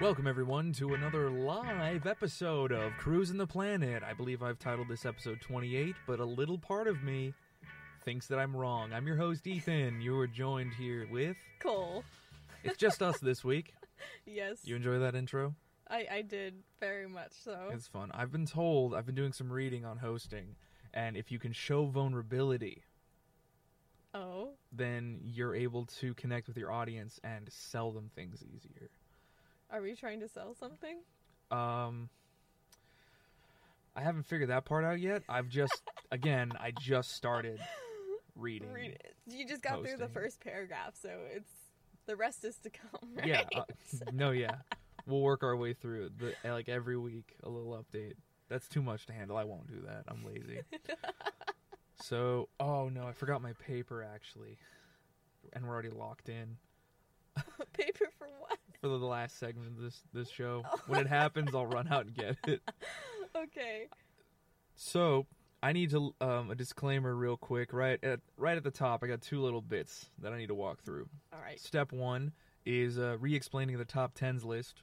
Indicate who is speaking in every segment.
Speaker 1: Welcome, everyone, to another live episode of Cruising the Planet. I believe I've titled this episode 28, but a little part of me thinks that I'm wrong. I'm your host, Ethan. You are joined here with.
Speaker 2: Cole.
Speaker 1: It's just us this week.
Speaker 2: Yes.
Speaker 1: You enjoy that intro?
Speaker 2: I, I did very much so.
Speaker 1: It's fun. I've been told, I've been doing some reading on hosting, and if you can show vulnerability,
Speaker 2: oh.
Speaker 1: then you're able to connect with your audience and sell them things easier.
Speaker 2: Are we trying to sell something?
Speaker 1: Um, I haven't figured that part out yet. I've just, again, I just started reading.
Speaker 2: Read it. You just got through the
Speaker 1: Posting.
Speaker 2: first paragraph, so it's the rest is to come, right?
Speaker 1: Yeah. uh, no, yeah. We'll work our way through the like every week a little update. That's too much to handle. I won't do that. I'm lazy. so, oh no, I forgot my paper actually. And we're already locked in
Speaker 2: Paper for what?
Speaker 1: for the last segment of this this show. When it happens, I'll run out and get it.
Speaker 2: Okay.
Speaker 1: So I need to um, a disclaimer real quick. Right at right at the top, I got two little bits that I need to walk through.
Speaker 2: All right.
Speaker 1: Step one is uh, re-explaining the top tens list.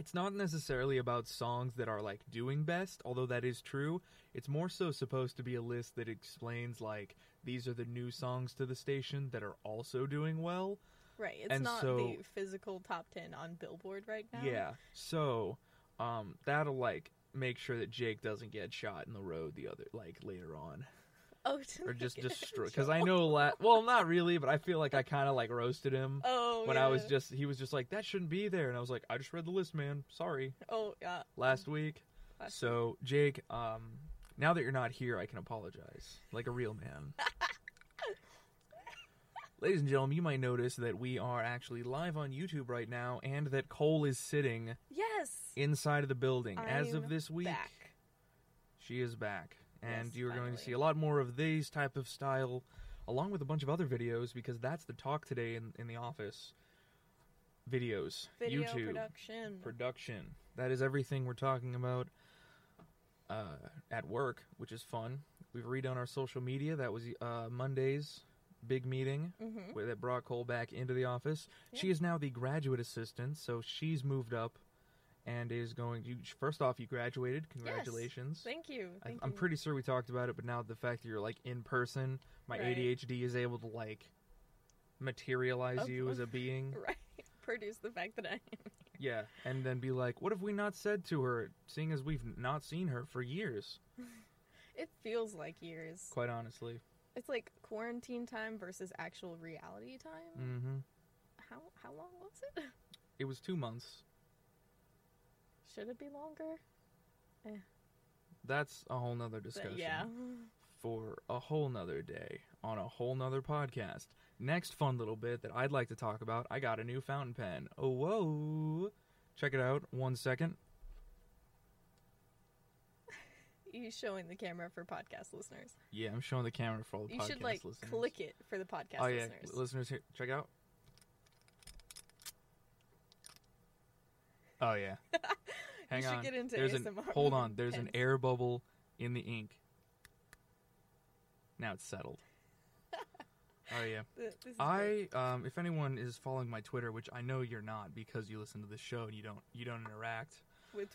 Speaker 1: It's not necessarily about songs that are like doing best, although that is true. It's more so supposed to be a list that explains like these are the new songs to the station that are also doing well.
Speaker 2: Right. It's
Speaker 1: And
Speaker 2: not
Speaker 1: so-
Speaker 2: the physical top 10 on Billboard right now.
Speaker 1: Yeah. So, um, that'll like make sure that Jake doesn't get shot in the road the other like later on.
Speaker 2: Oh, to
Speaker 1: or just
Speaker 2: make it
Speaker 1: destroy because
Speaker 2: official.
Speaker 1: I know la- well not really but I feel like I kind of like roasted him
Speaker 2: Oh,
Speaker 1: when I was
Speaker 2: yeah.
Speaker 1: just he was just like that shouldn't be there and I was like I just read the list man sorry
Speaker 2: Oh, yeah.
Speaker 1: last week
Speaker 2: Last
Speaker 1: so Jake um now that you're not here I can apologize like a real man Ladies and gentlemen you might notice that we are actually live on YouTube right now and that Cole is sitting
Speaker 2: Yes.
Speaker 1: inside of the building as of
Speaker 2: I'm
Speaker 1: this week
Speaker 2: Back.
Speaker 1: she is back, and
Speaker 2: Yes,
Speaker 1: you're going to
Speaker 2: finally.
Speaker 1: see a lot more of these type of style, along with a bunch of other videos, because that's the talk today in, in the office. Videos,
Speaker 2: Video
Speaker 1: YouTube,
Speaker 2: production.
Speaker 1: production. That is everything we're talking about uh, at work, which is fun. We've redone our social media. That was uh, Monday's big meeting
Speaker 2: Mhm.
Speaker 1: where that brought Cole back into the office. She
Speaker 2: Yeah.
Speaker 1: is now the graduate assistant, so she's moved up and is going. You first off, you graduated. Congratulations.
Speaker 2: Thank you.
Speaker 1: I,
Speaker 2: Thank
Speaker 1: I'm
Speaker 2: you.
Speaker 1: pretty sure we talked about it, but now the fact that you're like in person, my
Speaker 2: Right.
Speaker 1: ADHD is able to like materialize
Speaker 2: Of-
Speaker 1: you as a being.
Speaker 2: Right. Produce the fact that I
Speaker 1: Yeah, and then be like, what have we not said to her, seeing as we've not seen her for years?
Speaker 2: It feels like years.
Speaker 1: Quite honestly.
Speaker 2: It's like quarantine time versus actual reality time.
Speaker 1: hmm
Speaker 2: How how long was it?
Speaker 1: It was two months.
Speaker 2: Should it be longer?
Speaker 1: That's a whole nother
Speaker 2: But
Speaker 1: discussion
Speaker 2: yeah.
Speaker 1: for a whole nother day on a whole nother podcast. Next fun little bit that I'd like to talk about. I got a new fountain pen. Oh whoa! Check it out. One second.
Speaker 2: You showing the camera for podcast listeners.
Speaker 1: Yeah, I'm showing the camera for all the
Speaker 2: you
Speaker 1: podcast
Speaker 2: should like
Speaker 1: listeners.
Speaker 2: click it for the podcast
Speaker 1: oh
Speaker 2: listeners.
Speaker 1: yeah, listeners here, check out. Oh yeah. Hang
Speaker 2: should
Speaker 1: on.
Speaker 2: get into
Speaker 1: there's an,
Speaker 2: ASMR
Speaker 1: hold on. There's an
Speaker 2: pens.
Speaker 1: air bubble in the ink. Now it's settled. oh yeah.
Speaker 2: Th- this is great.
Speaker 1: I um, if anyone is following my Twitter, which I know you're not because you listen to this show and you don't you don't interact
Speaker 2: with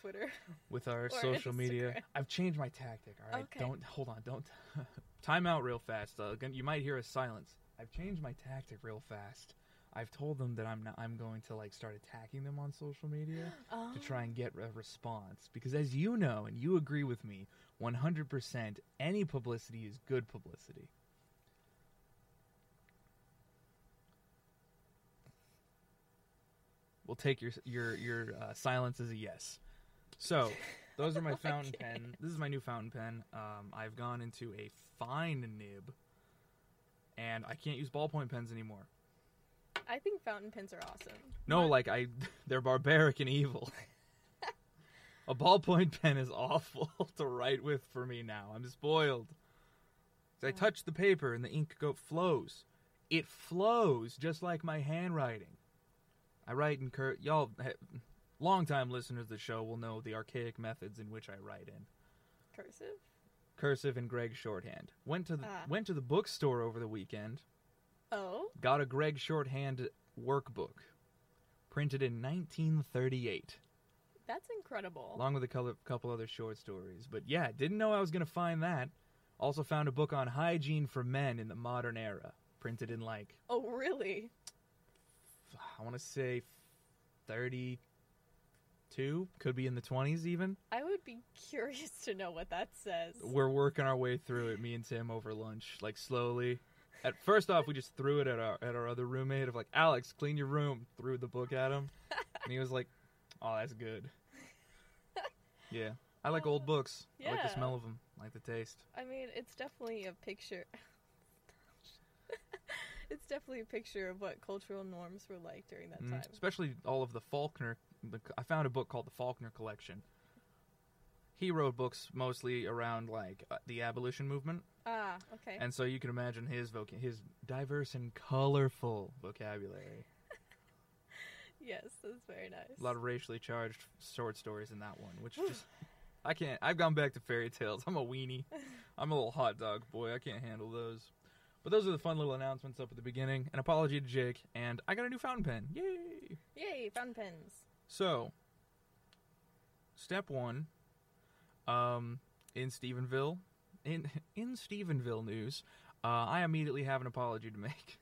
Speaker 2: Twitter.
Speaker 1: with our
Speaker 2: Or
Speaker 1: social media.
Speaker 2: Instagram.
Speaker 1: I've changed my tactic. All right,
Speaker 2: Okay.
Speaker 1: don't hold on. Don't time out real fast. Uh, again, you might hear a silence. I've changed my tactic real fast. I've told them that I'm not, I'm going to like start attacking them on social media
Speaker 2: Oh,
Speaker 1: to try and get a response because as you know and you agree with me, 100% any publicity is good publicity. We'll take your your your uh, silence as a yes. So, those are my fountain pen. This is my new fountain pen. Um, I've gone into a fine nib, and I can't use ballpoint pens anymore.
Speaker 2: I think fountain pens are awesome.
Speaker 1: No,
Speaker 2: My-
Speaker 1: like I, they're barbaric and evil. a ballpoint pen is awful to write with for me now. I'm spoiled. 'Cause I
Speaker 2: Yeah.
Speaker 1: touch the paper and the ink go flows. It flows just like my handwriting. I write in cur y'all. Long time listeners of the show will know the archaic methods in which I write in
Speaker 2: cursive.
Speaker 1: cursive and Greg shorthand. Went to the,
Speaker 2: Ah.
Speaker 1: went to the bookstore over the weekend
Speaker 2: Oh,
Speaker 1: got a Greg Shorthand workbook. printed in 1938,
Speaker 2: That's incredible.
Speaker 1: along with a cou- couple other short stories. But yeah, didn't know I was going to find that. Also found a book on hygiene for men in the modern era, printed in like,
Speaker 2: oh, really?
Speaker 1: I want to say 32, could be in the 20s even.
Speaker 2: I would be curious to know what that says.
Speaker 1: We're working our way through it, me and Tim over lunch, like slowly. At first off, we just threw it at our at our other roommate of like, Alex, clean your room. Threw the book at him, and he was like, "Oh, that's good." Yeah, I like old books. I like the
Speaker 2: Yeah.
Speaker 1: smell of them, I like the taste.
Speaker 2: I mean, it's definitely a picture. it's definitely a picture of what cultural norms were like during that
Speaker 1: Mm,
Speaker 2: time.
Speaker 1: Especially all of the Faulkner. The, I found a book called the Faulkner Collection. He wrote books mostly around like uh, the abolition movement,
Speaker 2: Ah, okay.
Speaker 1: and so you can imagine his voc- his diverse and colorful vocabulary.
Speaker 2: yes, that's very nice.
Speaker 1: A lot of racially charged short stories in that one, which just I can't. I've gone back to fairy tales. I'm a weenie. I'm a little hot dog boy. I can't handle those. But those are the fun little announcements up at the beginning. An apology to Jake, and I got a new fountain pen. Yay!
Speaker 2: Yay, fountain pens.
Speaker 1: So, step one, um, in Stephenville, in in Stephenville news, uh, I immediately have an apology to make.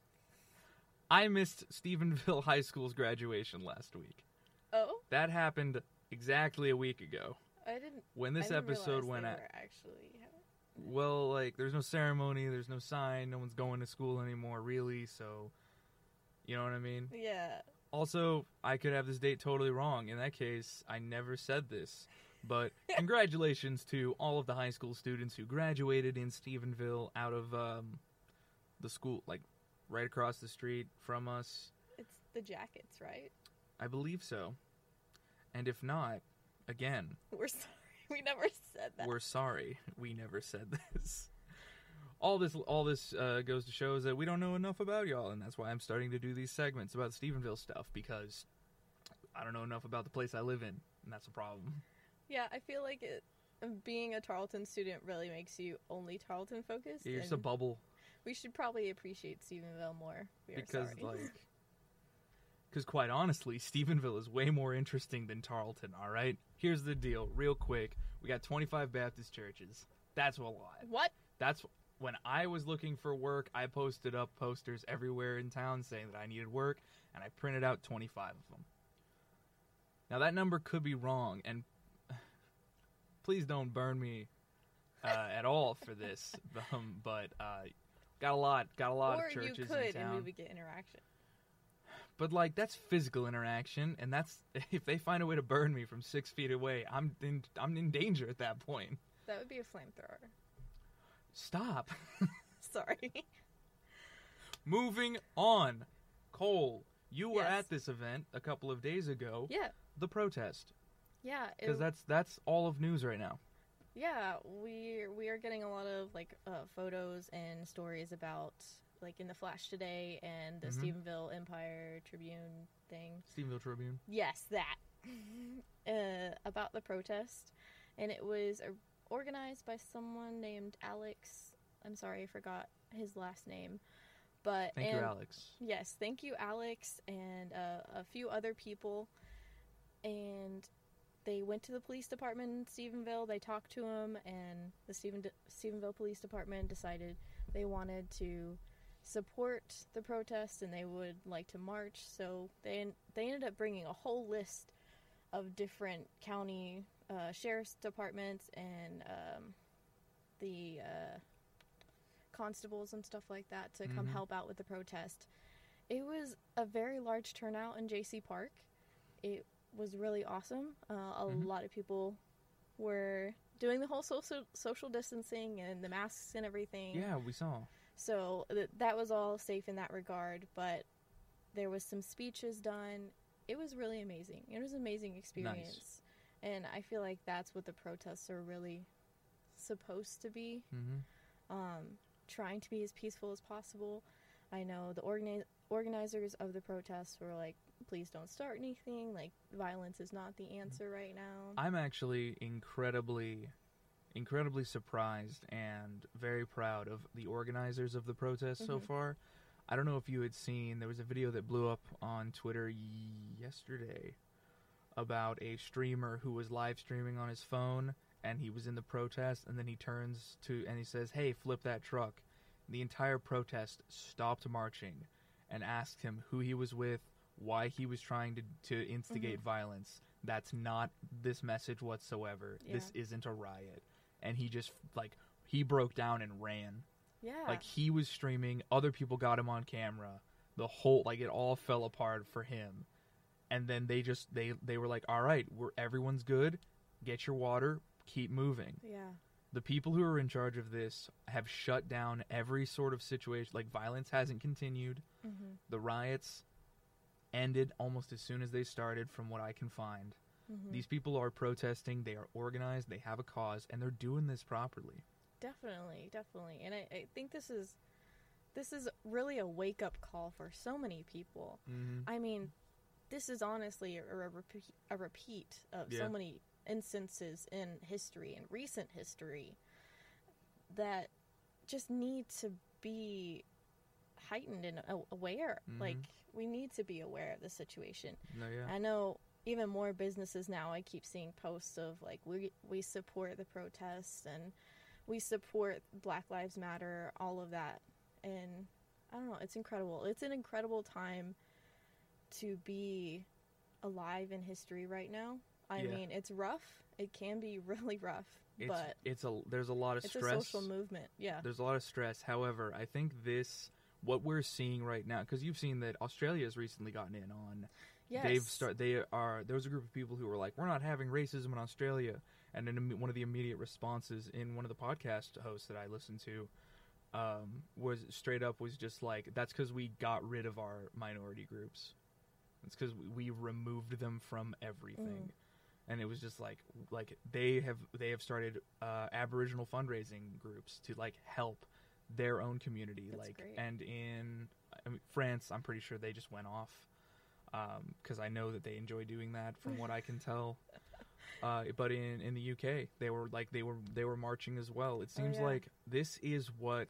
Speaker 1: I missed Stephenville High School's graduation last week.
Speaker 2: Oh,
Speaker 1: That happened exactly a week ago
Speaker 2: I didn't.
Speaker 1: when this
Speaker 2: I didn't
Speaker 1: episode
Speaker 2: realize
Speaker 1: went
Speaker 2: they
Speaker 1: out.
Speaker 2: were actually.
Speaker 1: Well, like, there's no ceremony, there's no sign, no one's going to school anymore, really. So, you know what I mean.
Speaker 2: Yeah.
Speaker 1: Also, I could have this date totally wrong. In that case, I never said this. But congratulations to all of the high school students who graduated in Stephenville out of um, the school, like right across the street from us.
Speaker 2: It's the jackets, right?
Speaker 1: I believe so. And if not, again,
Speaker 2: We're sorry. We never said that.
Speaker 1: we're sorry. We never said this. All this, all this uh, goes to show is that we don't know enough about y'all, and that's why I'm starting to do these segments about Stephenville stuff because I don't know enough about the place I live in, and that's a problem.
Speaker 2: Yeah, I feel like it. Being a Tarleton student really makes you only Tarleton focused.
Speaker 1: It's a
Speaker 2: and
Speaker 1: bubble
Speaker 2: we should probably appreciate Stephenville more. We are
Speaker 1: because,
Speaker 2: sorry.
Speaker 1: like, because quite honestly, Stephenville is way more interesting than Tarleton. All right, here's the deal, real quick. We got 25 Baptist churches. That's a lot.
Speaker 2: what?
Speaker 1: that's when I was looking for work, I posted up posters everywhere in town saying that I needed work, and I printed out 25 of them. Now, that number could be wrong, and please don't burn me uh, at all for this, um, but uh, got a lot, got a lot
Speaker 2: or
Speaker 1: of churches
Speaker 2: you could,
Speaker 1: in town.
Speaker 2: and we would get interaction.
Speaker 1: But, like, that's physical interaction, and that's if they find a way to burn me from six feet away, I'm in, I'm in danger at that point.
Speaker 2: That would be a flamethrower.
Speaker 1: Stop.
Speaker 2: Sorry.
Speaker 1: Moving on. Cole, you were
Speaker 2: Yes.
Speaker 1: at this event a couple of days ago,
Speaker 2: yeah,
Speaker 1: the protest,
Speaker 2: yeah. it-
Speaker 1: because that's that's all of news right now.
Speaker 2: yeah, we we are getting a lot of like uh, photos and stories about like in the Flash today and the
Speaker 1: Mhm.
Speaker 2: Stephenville Empire Tribune thing.
Speaker 1: Steamville Tribune.
Speaker 2: Yes, that. uh, about the protest. And it was uh, organized by someone named Alex. I'm sorry, I forgot his last name. But
Speaker 1: Thank
Speaker 2: and,
Speaker 1: you, Alex.
Speaker 2: Yes, thank you, Alex, and uh, a few other people. And they went to the police department in Stephenville. They talked to him, and the Stephen Stephenville Police Department decided they wanted to support the protest and they would like to march. So they they ended up bringing a whole list of different county uh, sheriff's departments and um, the uh, constables and stuff like that to come
Speaker 1: Mhm.
Speaker 2: help out with the protest. It was a very large turnout in JC Park. It was really awesome. Uh, a
Speaker 1: Mhm.
Speaker 2: lot of people were doing the whole social social distancing and the masks and everything.
Speaker 1: Yeah, we saw.
Speaker 2: So th- that was all safe in that regard, but there was some speeches done. It was really amazing. It was an amazing experience. And I feel like that's what the protests are really supposed to be
Speaker 1: hmm
Speaker 2: um, trying to be as peaceful as possible. I know the organi- organizers of the protests were like, please don't start anything. Like, violence is not the answer right now.
Speaker 1: I'm actually incredibly, incredibly surprised and very proud of the organizers of the protest so
Speaker 2: Mhm.
Speaker 1: far. I don't know if you had seen there was a video that blew up on Twitter yesterday about a streamer who was live streaming on his phone and he was in the protest and then he turns to and he says, "Hey, flip that truck." The entire protest stopped marching and asked him who he was with, why he was trying to to instigate violence. That's not this message whatsoever. This isn't a riot. And he just like he broke down and ran.
Speaker 2: Yeah.
Speaker 1: Like he was streaming, other people got him on camera. The whole like it all fell apart for him. And then they just they they were like, "All right, we're everyone's good. Get your water, keep moving."
Speaker 2: yeah.
Speaker 1: The people who are in charge of this have shut down every sort of situation. Like violence hasn't continued.
Speaker 2: Mm-hmm.
Speaker 1: The riots ended almost as soon as they started from what I can find.
Speaker 2: Mm-hmm.
Speaker 1: These people are protesting, they are organized, they have a cause, and they're doing this properly.
Speaker 2: Definitely, definitely. And I, I think this is this is really a wake up call for so many people.
Speaker 1: Mm-hmm.
Speaker 2: I mean, this is honestly a, a, repeat, a repeat of
Speaker 1: Yeah.
Speaker 2: so many instances in history and recent history that just need to be heightened and a- aware.
Speaker 1: Mhm.
Speaker 2: Like, we need to be aware of the situation.
Speaker 1: No, yeah.
Speaker 2: I know even more businesses now. I keep seeing posts of like we we support the protests and we support Black Lives Matter, all of that. And I don't know, it's incredible. It's an incredible time to be alive in history right now. I
Speaker 1: Yeah.
Speaker 2: mean, it's rough. It can be really rough,
Speaker 1: It's,
Speaker 2: but
Speaker 1: it's a there's a lot of
Speaker 2: it's
Speaker 1: stress.
Speaker 2: a social movement. Yeah.
Speaker 1: There's a lot of stress. However, I think this what we're seeing right now because you've seen that Australia has recently gotten in on.
Speaker 2: Yes.
Speaker 1: They've start. They are. There was a group of people who were like, "We're not having racism in Australia," and then imme- one of the immediate responses in one of the podcast hosts that I listened to um, was straight up was just like, "That's because we got rid of our minority groups. It's because we removed them from
Speaker 2: Mm.
Speaker 1: everything." And it was just like, like they have they have started uh, Aboriginal fundraising groups to like help their own community.
Speaker 2: That's
Speaker 1: like,
Speaker 2: great.
Speaker 1: and in I mean, France, I'm pretty sure they just went off because um, I know that they enjoy doing that, from what I can tell. Uh, but in in the UK, they were like they were they were marching as well. It
Speaker 2: Oh,
Speaker 1: seems
Speaker 2: yeah.
Speaker 1: like this is what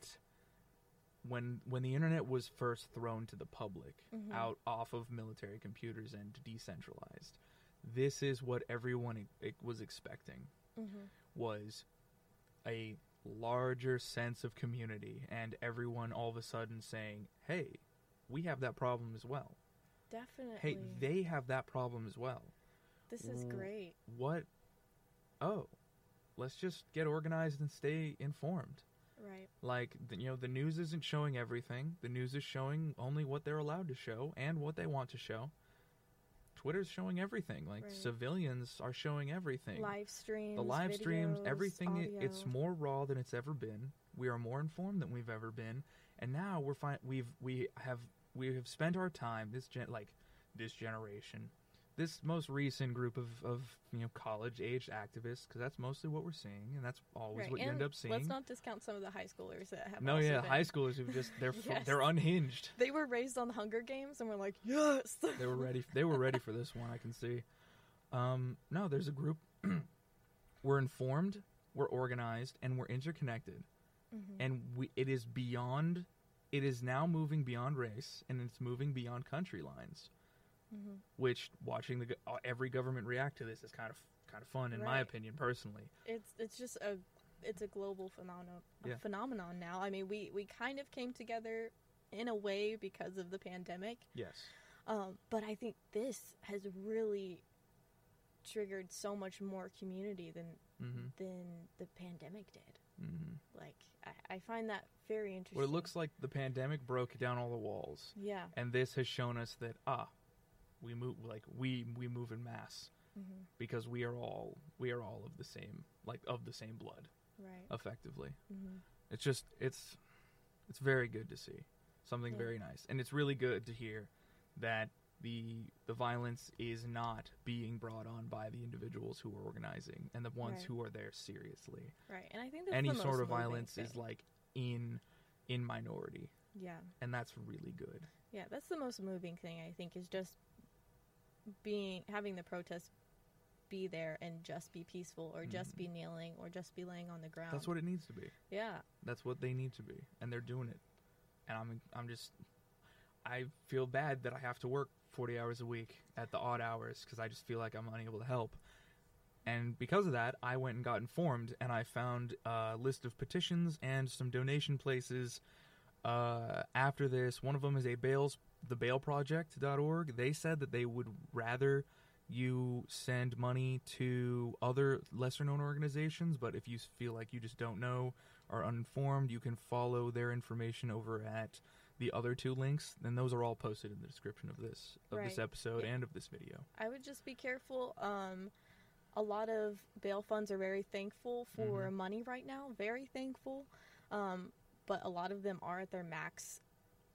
Speaker 1: when when the internet was first thrown to the public
Speaker 2: Mhm.
Speaker 1: out off of military computers and decentralized. This is what everyone e- e- was expecting
Speaker 2: Mhm.
Speaker 1: was a larger sense of community and everyone all of a sudden saying, "Hey, we have that problem as well."
Speaker 2: Definitely.
Speaker 1: hey, they Mm. have that problem as well.
Speaker 2: this is
Speaker 1: w-
Speaker 2: great.
Speaker 1: What? Oh, let's just get organized and stay informed.
Speaker 2: Right.
Speaker 1: Like, th- you know, the news isn't showing everything. The news is showing only what they're allowed to show and what they want to show. Twitter's showing everything. Like,
Speaker 2: Right.
Speaker 1: civilians are showing everything.
Speaker 2: Live streams.
Speaker 1: the live streams,
Speaker 2: videos,
Speaker 1: everything. i- It's
Speaker 2: audio.
Speaker 1: more raw than it's ever been. We are more informed than we've ever been, and now we're fine. We've we have we have spent our time this gen like this generation, this most recent group of of you know college aged activists because that's mostly what we're seeing, and that's always what you
Speaker 2: and
Speaker 1: end up seeing.
Speaker 2: Let's not discount some of the high schoolers that have.
Speaker 1: no,
Speaker 2: also
Speaker 1: yeah,
Speaker 2: been-
Speaker 1: high schoolers who just they're fu-
Speaker 2: Yes.
Speaker 1: they're unhinged.
Speaker 2: They were raised on the Hunger Games and were like, yes.
Speaker 1: They were ready. They were ready for this one. I can see. Um, no, there's a group. we're informed. We're organized and we're interconnected.
Speaker 2: Mhm.
Speaker 1: and we, it is beyond it is now moving beyond race and it's moving beyond country lines
Speaker 2: Mhm.
Speaker 1: which watching the go- uh, every government react to this is kind of kind of fun in my
Speaker 2: Right.
Speaker 1: opinion personally
Speaker 2: It's it's just a it's a global phenomenon
Speaker 1: Yeah.
Speaker 2: phenomenon now. I mean, we we kind of came together in a way because of the pandemic,
Speaker 1: yes
Speaker 2: um, but I think this has really triggered so much more community than
Speaker 1: mm-hmm.
Speaker 2: than the pandemic did.
Speaker 1: Mm-hmm.
Speaker 2: Like, I, I find that very interesting.
Speaker 1: well it looks like the pandemic broke down all the walls
Speaker 2: Yeah.
Speaker 1: and this has shown us that ah we move like we we move in mass
Speaker 2: Mhm.
Speaker 1: because we are all we are all of the same like of the same blood
Speaker 2: Right.
Speaker 1: effectively
Speaker 2: Mhm.
Speaker 1: It's just it's it's very good to see. Something
Speaker 2: Yeah.
Speaker 1: very nice. And it's really good to hear that the the violence is not being brought on by the individuals who are organizing and the ones
Speaker 2: Right.
Speaker 1: who are there seriously.
Speaker 2: Right. And I think that's
Speaker 1: Any
Speaker 2: the most
Speaker 1: sort of
Speaker 2: moving
Speaker 1: violence is
Speaker 2: thing.
Speaker 1: like in in minority
Speaker 2: yeah.
Speaker 1: and that's really good.
Speaker 2: Yeah, that's the most moving thing I think is just being having the protest be there and just be peaceful or
Speaker 1: Mm-hmm.
Speaker 2: just be kneeling or just be laying on the ground.
Speaker 1: That's what it needs to be.
Speaker 2: Yeah.
Speaker 1: That's what they need to be and they're doing it. And I'm I'm just I feel bad that I have to work 40 hours a week at the odd hours because I just feel like I'm unable to help. And because of that, I went and got informed, and I found a list of petitions and some donation places. Uh, after this, one of them is a Bales, the bailproject.org. They said that they would rather you send money to other lesser known organizations, but if you feel like you just don't know, are uninformed, you can follow their information over at the other two links. And those are all posted in the description of this of this
Speaker 2: Right.
Speaker 1: episode
Speaker 2: Yeah.
Speaker 1: and of this video.
Speaker 2: I would just be careful. Um, a lot of bail funds are very thankful for
Speaker 1: Mm-hmm.
Speaker 2: money right now, very thankful. Um, but a lot of them are at their max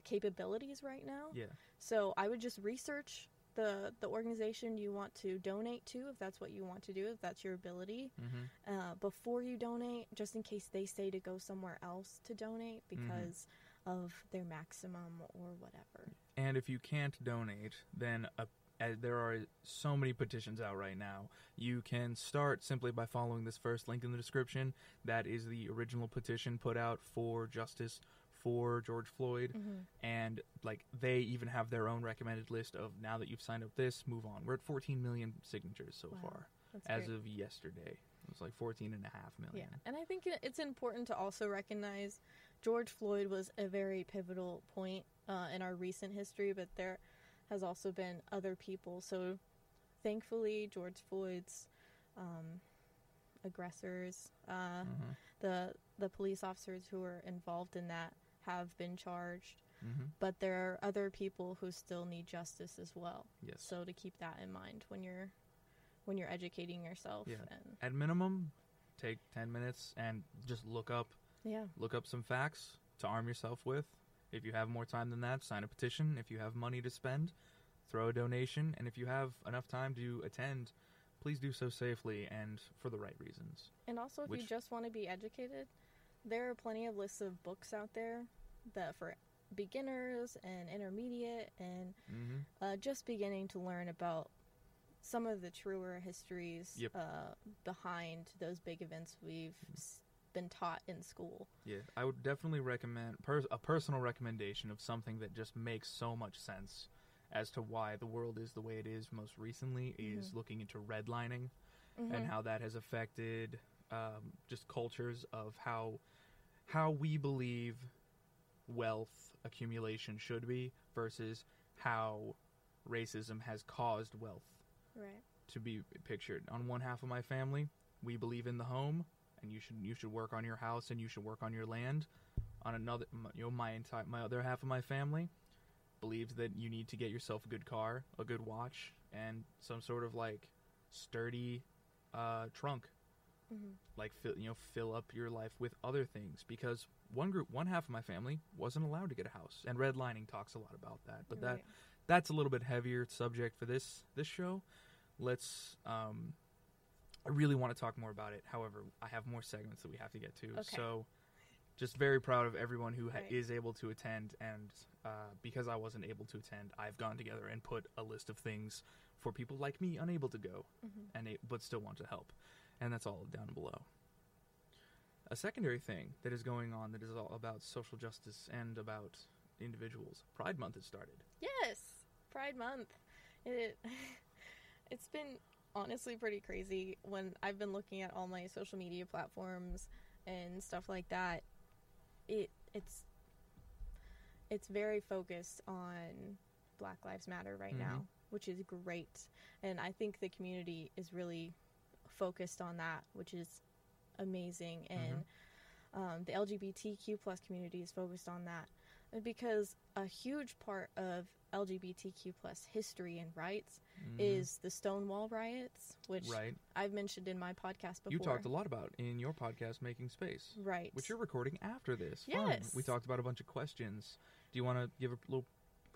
Speaker 2: capabilities right now.
Speaker 1: Yeah.
Speaker 2: So I would just research the the organization you want to donate to, if that's what you want to do, if that's your ability,
Speaker 1: Mm-hmm.
Speaker 2: uh, before you donate, just in case they say to go somewhere else to donate
Speaker 1: Mm-hmm.
Speaker 2: because of their maximum or whatever.
Speaker 1: And if you can't donate, then uh uh, there are so many petitions out right now. You can start simply by following this first link in the description. That is the original petition put out for justice for George Floyd.
Speaker 2: Mm-hmm.
Speaker 1: And, like, they even have their own recommended list of now that you've signed up this, move on. We're at 14 million signatures so
Speaker 2: Wow,
Speaker 1: far
Speaker 2: That's
Speaker 1: as
Speaker 2: great.
Speaker 1: of yesterday. It was like 14 and a half
Speaker 2: yeah,
Speaker 1: million.
Speaker 2: and I think it- it's important to also recognize George Floyd was a very pivotal point uh, in our recent history, but there has also been other people. So thankfully, George Floyd's um, aggressors, uh,
Speaker 1: Mm-hmm.
Speaker 2: the the police officers who were involved in that, have been charged.
Speaker 1: Mm-hmm.
Speaker 2: But there are other people who still need justice as well.
Speaker 1: Yes.
Speaker 2: So to keep that in mind when you're when you're educating yourself
Speaker 1: Yeah.
Speaker 2: and
Speaker 1: At minimum, take 10 minutes and just look up
Speaker 2: yeah.
Speaker 1: look up some facts to arm yourself with. If you have more time than that, sign a petition. If you have money to spend, throw a donation. And if you have enough time to attend, please do so safely and for the right reasons.
Speaker 2: And also, if you
Speaker 1: Which-
Speaker 2: just want to be educated, there are plenty of lists of books out there that for beginners and intermediate and
Speaker 1: Mm-hmm.
Speaker 2: uh, just beginning to learn about some of the truer histories
Speaker 1: Yep.
Speaker 2: uh, behind those big events we've s- been taught in school.
Speaker 1: Yeah, I would definitely recommend pers- a personal recommendation of something that just makes so much sense as to why the world is the way it is most recently is looking into redlining.
Speaker 2: Mm-hmm.
Speaker 1: and how that has affected um, just cultures of how how we believe wealth accumulation should be versus how racism has caused wealth
Speaker 2: Right.
Speaker 1: to be pictured. On one half of my family, we believe in the home, and you should you should work on your house and you should work on your land. On another, m- you know, my entire my other half of my family believes that you need to get yourself a good car, a good watch, and some sort of like sturdy uh, trunk
Speaker 2: hmm
Speaker 1: like fill, you know fill up your life with other things because one group one half of my family wasn't allowed to get a house and redlining talks a lot about that but that that's a little bit heavier subject for this this show let's um i really want to talk more about it however i have more segments that we have to get to
Speaker 2: Okay.
Speaker 1: so just very proud of everyone who ha-
Speaker 2: Right.
Speaker 1: is able to attend and uh, because i wasn't able to attend i've gone together and put a list of things for people like me unable to go
Speaker 2: hmm
Speaker 1: and they, but still want to help. And that's all down below. A secondary thing that is going on that is all about social justice and about individuals. Pride Month has started.
Speaker 2: Yes, Pride Month. It it's been honestly pretty crazy when I've been looking at all my social media platforms and stuff like that. It it's it's very focused on Black Lives Matter right
Speaker 1: Mhm.
Speaker 2: now, which is great. And I think the community is really focused on that, which is amazing.
Speaker 1: Mm-hmm.
Speaker 2: And um, the LGBTQ plus community is focused on that uh, because a huge part of LGBTQ plus history and rights is the Stonewall riots, which
Speaker 1: Mm-hmm. right.
Speaker 2: I've mentioned in my podcast before.
Speaker 1: You talked a lot about in your podcast, Making Space,
Speaker 2: right,
Speaker 1: which you're recording after this. Fun.
Speaker 2: Yes.
Speaker 1: We talked about a bunch of questions. Do you want to give a little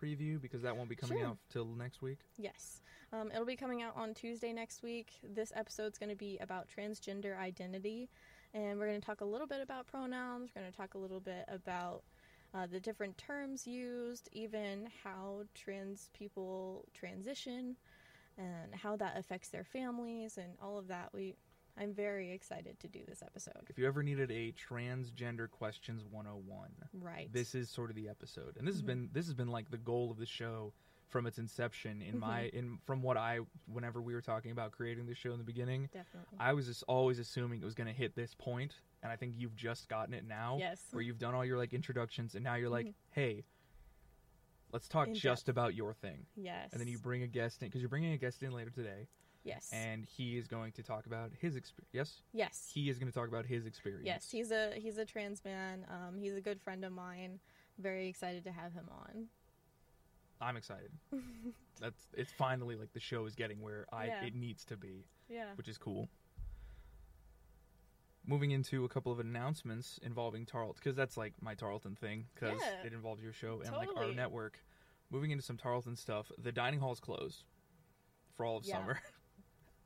Speaker 1: preview because that won't be coming
Speaker 2: Sure.
Speaker 1: out till next week?
Speaker 2: Yes. Um, it'll be coming out on Tuesday next week. This episode's going to be about transgender identity. And we're going to talk a little bit about pronouns. We're going to talk a little bit about uh, the different terms used, even how trans people transition and how that affects their families and all of that. We, I I'm very excited to do this episode.
Speaker 1: If you ever needed a transgender questions 101,
Speaker 2: Right.
Speaker 1: this is sort of the episode and this has
Speaker 2: Mhm.
Speaker 1: been this has been like the goal of the show from its inception in my
Speaker 2: Mm-hmm.
Speaker 1: in from what i whenever we were talking about creating the show in the beginning
Speaker 2: definitely.
Speaker 1: i was just always assuming it was going to hit this point and i think you've just gotten it now
Speaker 2: yes.
Speaker 1: where you've done all your like introductions and now you're like
Speaker 2: Mm-hmm.
Speaker 1: hey let's talk
Speaker 2: In
Speaker 1: just about your thing
Speaker 2: Yes.
Speaker 1: and then you bring a guest in because you're bringing a guest in later today
Speaker 2: Yes.
Speaker 1: and he is going to talk about his experience yes
Speaker 2: yes.
Speaker 1: he is going to talk about his experience
Speaker 2: Yes, he's a he's a trans man. Um, he's a good friend of mine. Very excited to have him on.
Speaker 1: i'm excited that's it's finally like the show is getting where i
Speaker 2: Yeah.
Speaker 1: it needs to be
Speaker 2: yeah.
Speaker 1: which is cool. Moving into a couple of announcements involving Tarleton, because that's like my Tarleton thing, because
Speaker 2: Yeah.
Speaker 1: it involves your show and like our
Speaker 2: Totally.
Speaker 1: network. Moving into some Tarleton stuff, the dining hall's closed for all of
Speaker 2: Yeah.
Speaker 1: summer.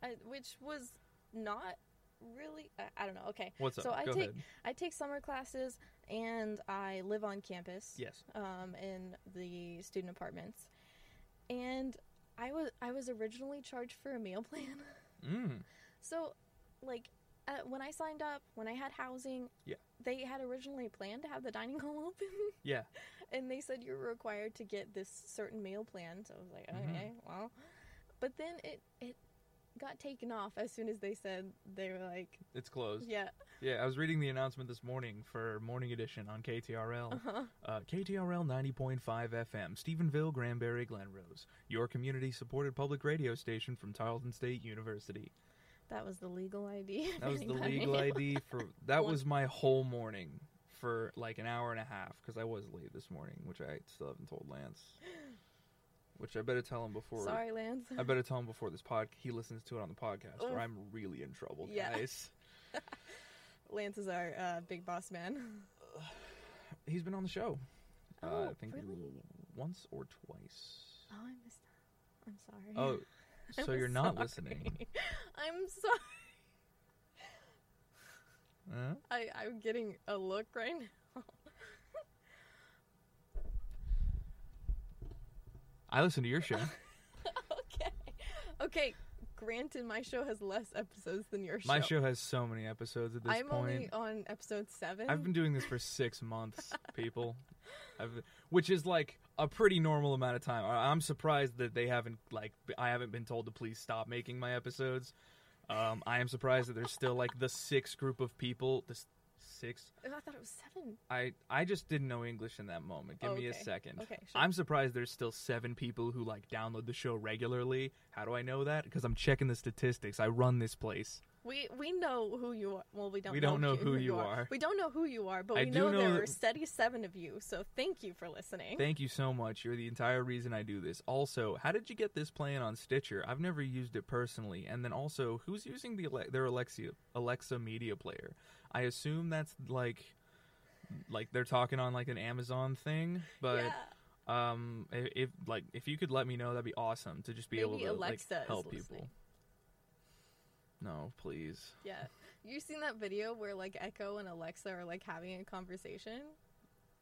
Speaker 2: I, which was not really. I, I don't know. Okay.
Speaker 1: What's up?
Speaker 2: So I
Speaker 1: Go
Speaker 2: take-
Speaker 1: ahead.
Speaker 2: I take summer classes and I live on campus.
Speaker 1: Yes.
Speaker 2: um, in the student apartments, and I was I was originally charged for a meal plan.
Speaker 1: Mm.
Speaker 2: so, like, uh, when I signed up, when I had housing,
Speaker 1: Yeah.
Speaker 2: they had originally planned to have the dining hall open,
Speaker 1: Yeah.
Speaker 2: and they said you're required to get this certain meal plan. So I was like,
Speaker 1: Mhm.
Speaker 2: okay, well, but then it it got taken off as soon as they said they were like,
Speaker 1: It's closed.
Speaker 2: yeah,
Speaker 1: Yeah. I was reading the announcement this morning for Morning Edition on KTRL.
Speaker 2: uh-huh.
Speaker 1: Uh, KTRL 90.5 FM, Stephenville, Granbury, Glenrose. Your community supported public radio station from Tarleton State University.
Speaker 2: that was the legal ID. if
Speaker 1: That was the
Speaker 2: anybody-
Speaker 1: legal ID for that
Speaker 2: One-
Speaker 1: was my whole morning for like an hour and a half because I was late this morning, which I still haven't told Lance. Which I better tell him before.
Speaker 2: Sorry, Lance.
Speaker 1: I better tell him before this pod. He listens to it on the podcast,
Speaker 2: Oof.
Speaker 1: or I'm really in trouble,
Speaker 2: Yeah.
Speaker 1: guys.
Speaker 2: Lance is our uh, big boss man.
Speaker 1: He's been on the show. uh,
Speaker 2: Oh,
Speaker 1: I think
Speaker 2: really?
Speaker 1: once or twice.
Speaker 2: Oh, I missed that. I'm sorry.
Speaker 1: Oh,
Speaker 2: I'm
Speaker 1: so you're not
Speaker 2: sorry.
Speaker 1: listening?
Speaker 2: I'm sorry.
Speaker 1: Huh?
Speaker 2: I, I'm getting a look right now.
Speaker 1: I listen to your show.
Speaker 2: okay. Okay. Granted, my show has less episodes than your show.
Speaker 1: My show has so many episodes at this
Speaker 2: I'm
Speaker 1: point.
Speaker 2: only on episode 7
Speaker 1: I've been doing this for six months, people. I've, which is like a pretty normal amount of time. I, I'm surprised that they haven't like b- I haven't been told to please stop making my episodes. Um, I am surprised that there's still like the six group of people. This six.
Speaker 2: Oh, I thought it was seven.
Speaker 1: I I just didn't know English in that moment. Give
Speaker 2: Oh,
Speaker 1: me a
Speaker 2: okay.
Speaker 1: second.
Speaker 2: Okay. Sure.
Speaker 1: I'm surprised there's still seven people who like download the show regularly. How do I know that? Because I'm checking the statistics. I run this place.
Speaker 2: we we know who you are. Well, we don't.
Speaker 1: We don't know who you are.
Speaker 2: We don't know who you are, but
Speaker 1: I
Speaker 2: we
Speaker 1: do
Speaker 2: know,
Speaker 1: know
Speaker 2: there
Speaker 1: that-
Speaker 2: are steady seven of you. So thank you for listening.
Speaker 1: Thank you so much. You're the entire reason I do this. Also, how did you get this plan on Stitcher? I've never used it personally. And then also, who's using the Ale- their Alexa Alexa media player? I assume that's like like they're talking on like an Amazon thing, but
Speaker 2: yeah.
Speaker 1: um i- if like if you could let me know that'd be awesome to just be able
Speaker 2: Maybe
Speaker 1: to
Speaker 2: Alexa
Speaker 1: like
Speaker 2: is
Speaker 1: help people.
Speaker 2: listening.
Speaker 1: No, please.
Speaker 2: Yeah. You seen that video where like Echo and Alexa are like having a conversation?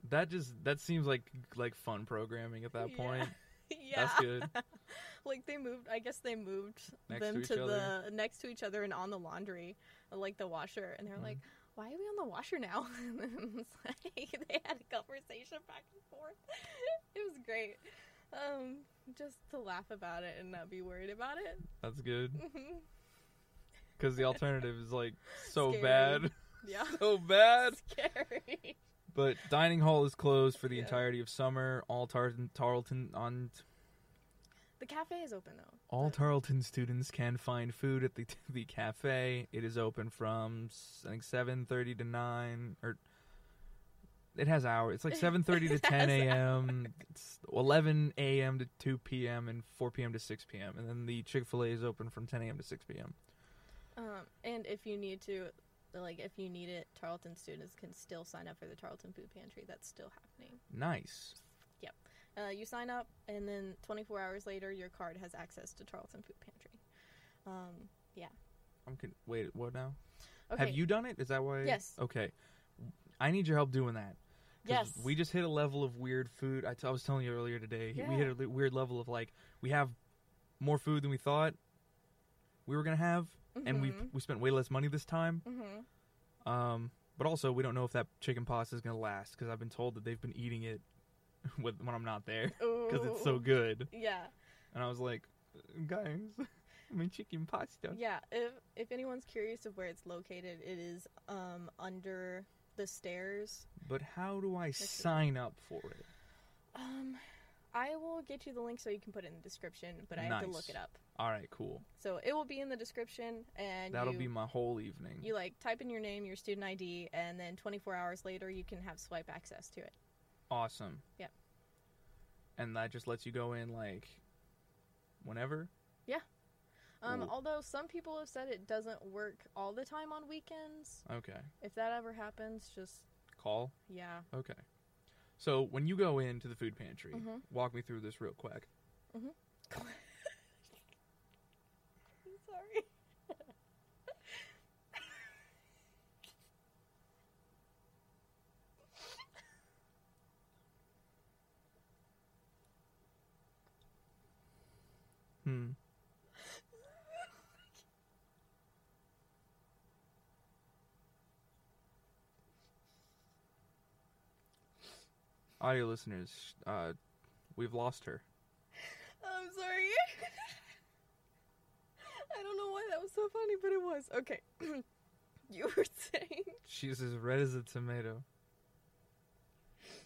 Speaker 1: That just that seems like like fun programming at that
Speaker 2: Yeah.
Speaker 1: point.
Speaker 2: yeah.
Speaker 1: That's good.
Speaker 2: Like they moved I guess they moved
Speaker 1: Next to
Speaker 2: them
Speaker 1: each
Speaker 2: to, the next to each other and on the laundry, like the washer, and they're
Speaker 1: Mhm.
Speaker 2: like, Why are we on the washer now? and then it's like they had a conversation back and forth. it was great. Um, just to laugh about it and not be worried about it.
Speaker 1: That's good.
Speaker 2: Mhm.
Speaker 1: because the alternative is like so
Speaker 2: Scary.
Speaker 1: bad,
Speaker 2: yeah.
Speaker 1: so bad.
Speaker 2: Scary.
Speaker 1: But dining hall is closed for the
Speaker 2: Yeah.
Speaker 1: entirety of summer. All Tarleton, Tarleton on
Speaker 2: The cafe is open though.
Speaker 1: all
Speaker 2: But-
Speaker 1: Tarleton students can find food at the the cafe. It is open from s- I think seven thirty to nine or. It has hours. It's like seven thirty to
Speaker 2: It
Speaker 1: ten
Speaker 2: has
Speaker 1: a.m. It's eleven a.m. to two p.m. and four p.m. to six p.m. And then the Chick Fil A is open from ten a.m. to six p.m.
Speaker 2: Um, and if you need to, like, if you need it, Tarleton students can still sign up for the Tarleton Food Pantry. That's still happening.
Speaker 1: Nice.
Speaker 2: Uh, you sign up, and then 24 hours later, your card has access to Tarleton Food Pantry. Um,
Speaker 1: I'm con- wait. What now?
Speaker 2: okay.
Speaker 1: Have you done it? Is that why?
Speaker 2: Yes.
Speaker 1: Okay. I need your help doing that. 'Cause
Speaker 2: Yes.
Speaker 1: We just hit a level of weird food. I, t- I was telling you earlier today. We hit a le- weird level of like we have more food than we thought we were gonna have, and we
Speaker 2: Mm-hmm.
Speaker 1: we spent way less money this time.
Speaker 2: hmm
Speaker 1: Um, but also, we don't know if that chicken pasta is gonna last because I've been told that they've been eating it with, when I'm not there because it's so good.
Speaker 2: Yeah,
Speaker 1: And I was like, guys, I mean chicken pasta.
Speaker 2: yeah. If if anyone's curious of where it's located, it is um under the stairs.
Speaker 1: But how do I
Speaker 2: is-
Speaker 1: sign up for it?
Speaker 2: Um, I will get you the link so you can put it in the description, but I have to look
Speaker 1: Nice.
Speaker 2: it up.
Speaker 1: All right, cool.
Speaker 2: So it will be in the description, and
Speaker 1: That'll
Speaker 2: you,
Speaker 1: be my whole evening.
Speaker 2: you like type in your name, your student ID, and then 24 hours later you can have swipe access to it.
Speaker 1: awesome.
Speaker 2: Yep.
Speaker 1: And that just lets you go in like whenever.
Speaker 2: Um,
Speaker 1: Ooh.
Speaker 2: although some people have said it doesn't work all the time on weekends.
Speaker 1: Okay.
Speaker 2: If that ever happens, just
Speaker 1: Call.
Speaker 2: yeah.
Speaker 1: Okay. So when you go into the food pantry,
Speaker 2: Mhm.
Speaker 1: walk me through this real quick.
Speaker 2: I'm sorry.
Speaker 1: Hmm. Audio listeners, uh, we've lost her.
Speaker 2: I'm sorry. I don't know why that was so funny, but it was. Okay. you were saying
Speaker 1: She's as red as a tomato.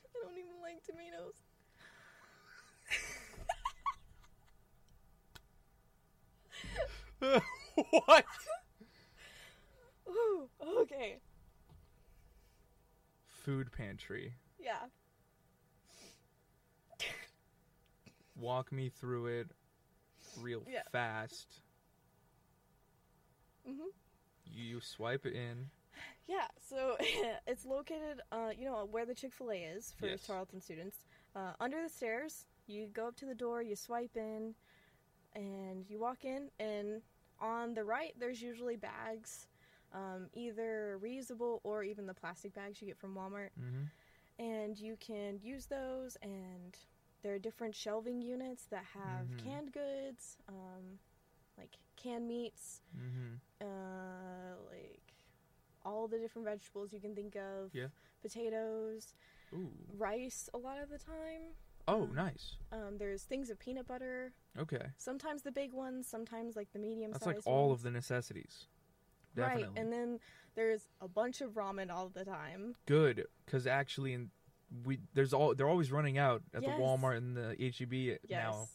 Speaker 2: I don't even like tomatoes.
Speaker 1: what?
Speaker 2: Ooh, okay.
Speaker 1: Food pantry.
Speaker 2: Yeah.
Speaker 1: Walk me through it real
Speaker 2: Yeah.
Speaker 1: fast.
Speaker 2: Mhm.
Speaker 1: You swipe it in.
Speaker 2: Yeah, so it's located, uh, you know, where the Chick fil A is for
Speaker 1: Yes.
Speaker 2: Tarleton students. Uh, under the stairs, you go up to the door, you swipe in, and you walk in. And on the right, there's usually bags, um, either reusable or even the plastic bags you get from Walmart.
Speaker 1: Mm-hmm.
Speaker 2: And you can use those, and there are different shelving units that have
Speaker 1: Mhm.
Speaker 2: canned goods, um, like canned meats,
Speaker 1: Mm-hmm.
Speaker 2: uh, like all the different vegetables you can think of.
Speaker 1: Yeah.
Speaker 2: Potatoes,
Speaker 1: Ooh.
Speaker 2: rice a lot of the time.
Speaker 1: Oh,
Speaker 2: Um,
Speaker 1: nice.
Speaker 2: Um, there's things of peanut butter.
Speaker 1: Okay.
Speaker 2: Sometimes the big ones, sometimes like the medium
Speaker 1: That's
Speaker 2: sized.
Speaker 1: like all of the necessities. Definitely.
Speaker 2: Right, and then there's a bunch of ramen all the time.
Speaker 1: Good, because actually, in we there's all they're always running out at
Speaker 2: Yes.
Speaker 1: the Walmart and the HEB
Speaker 2: Yes.
Speaker 1: now.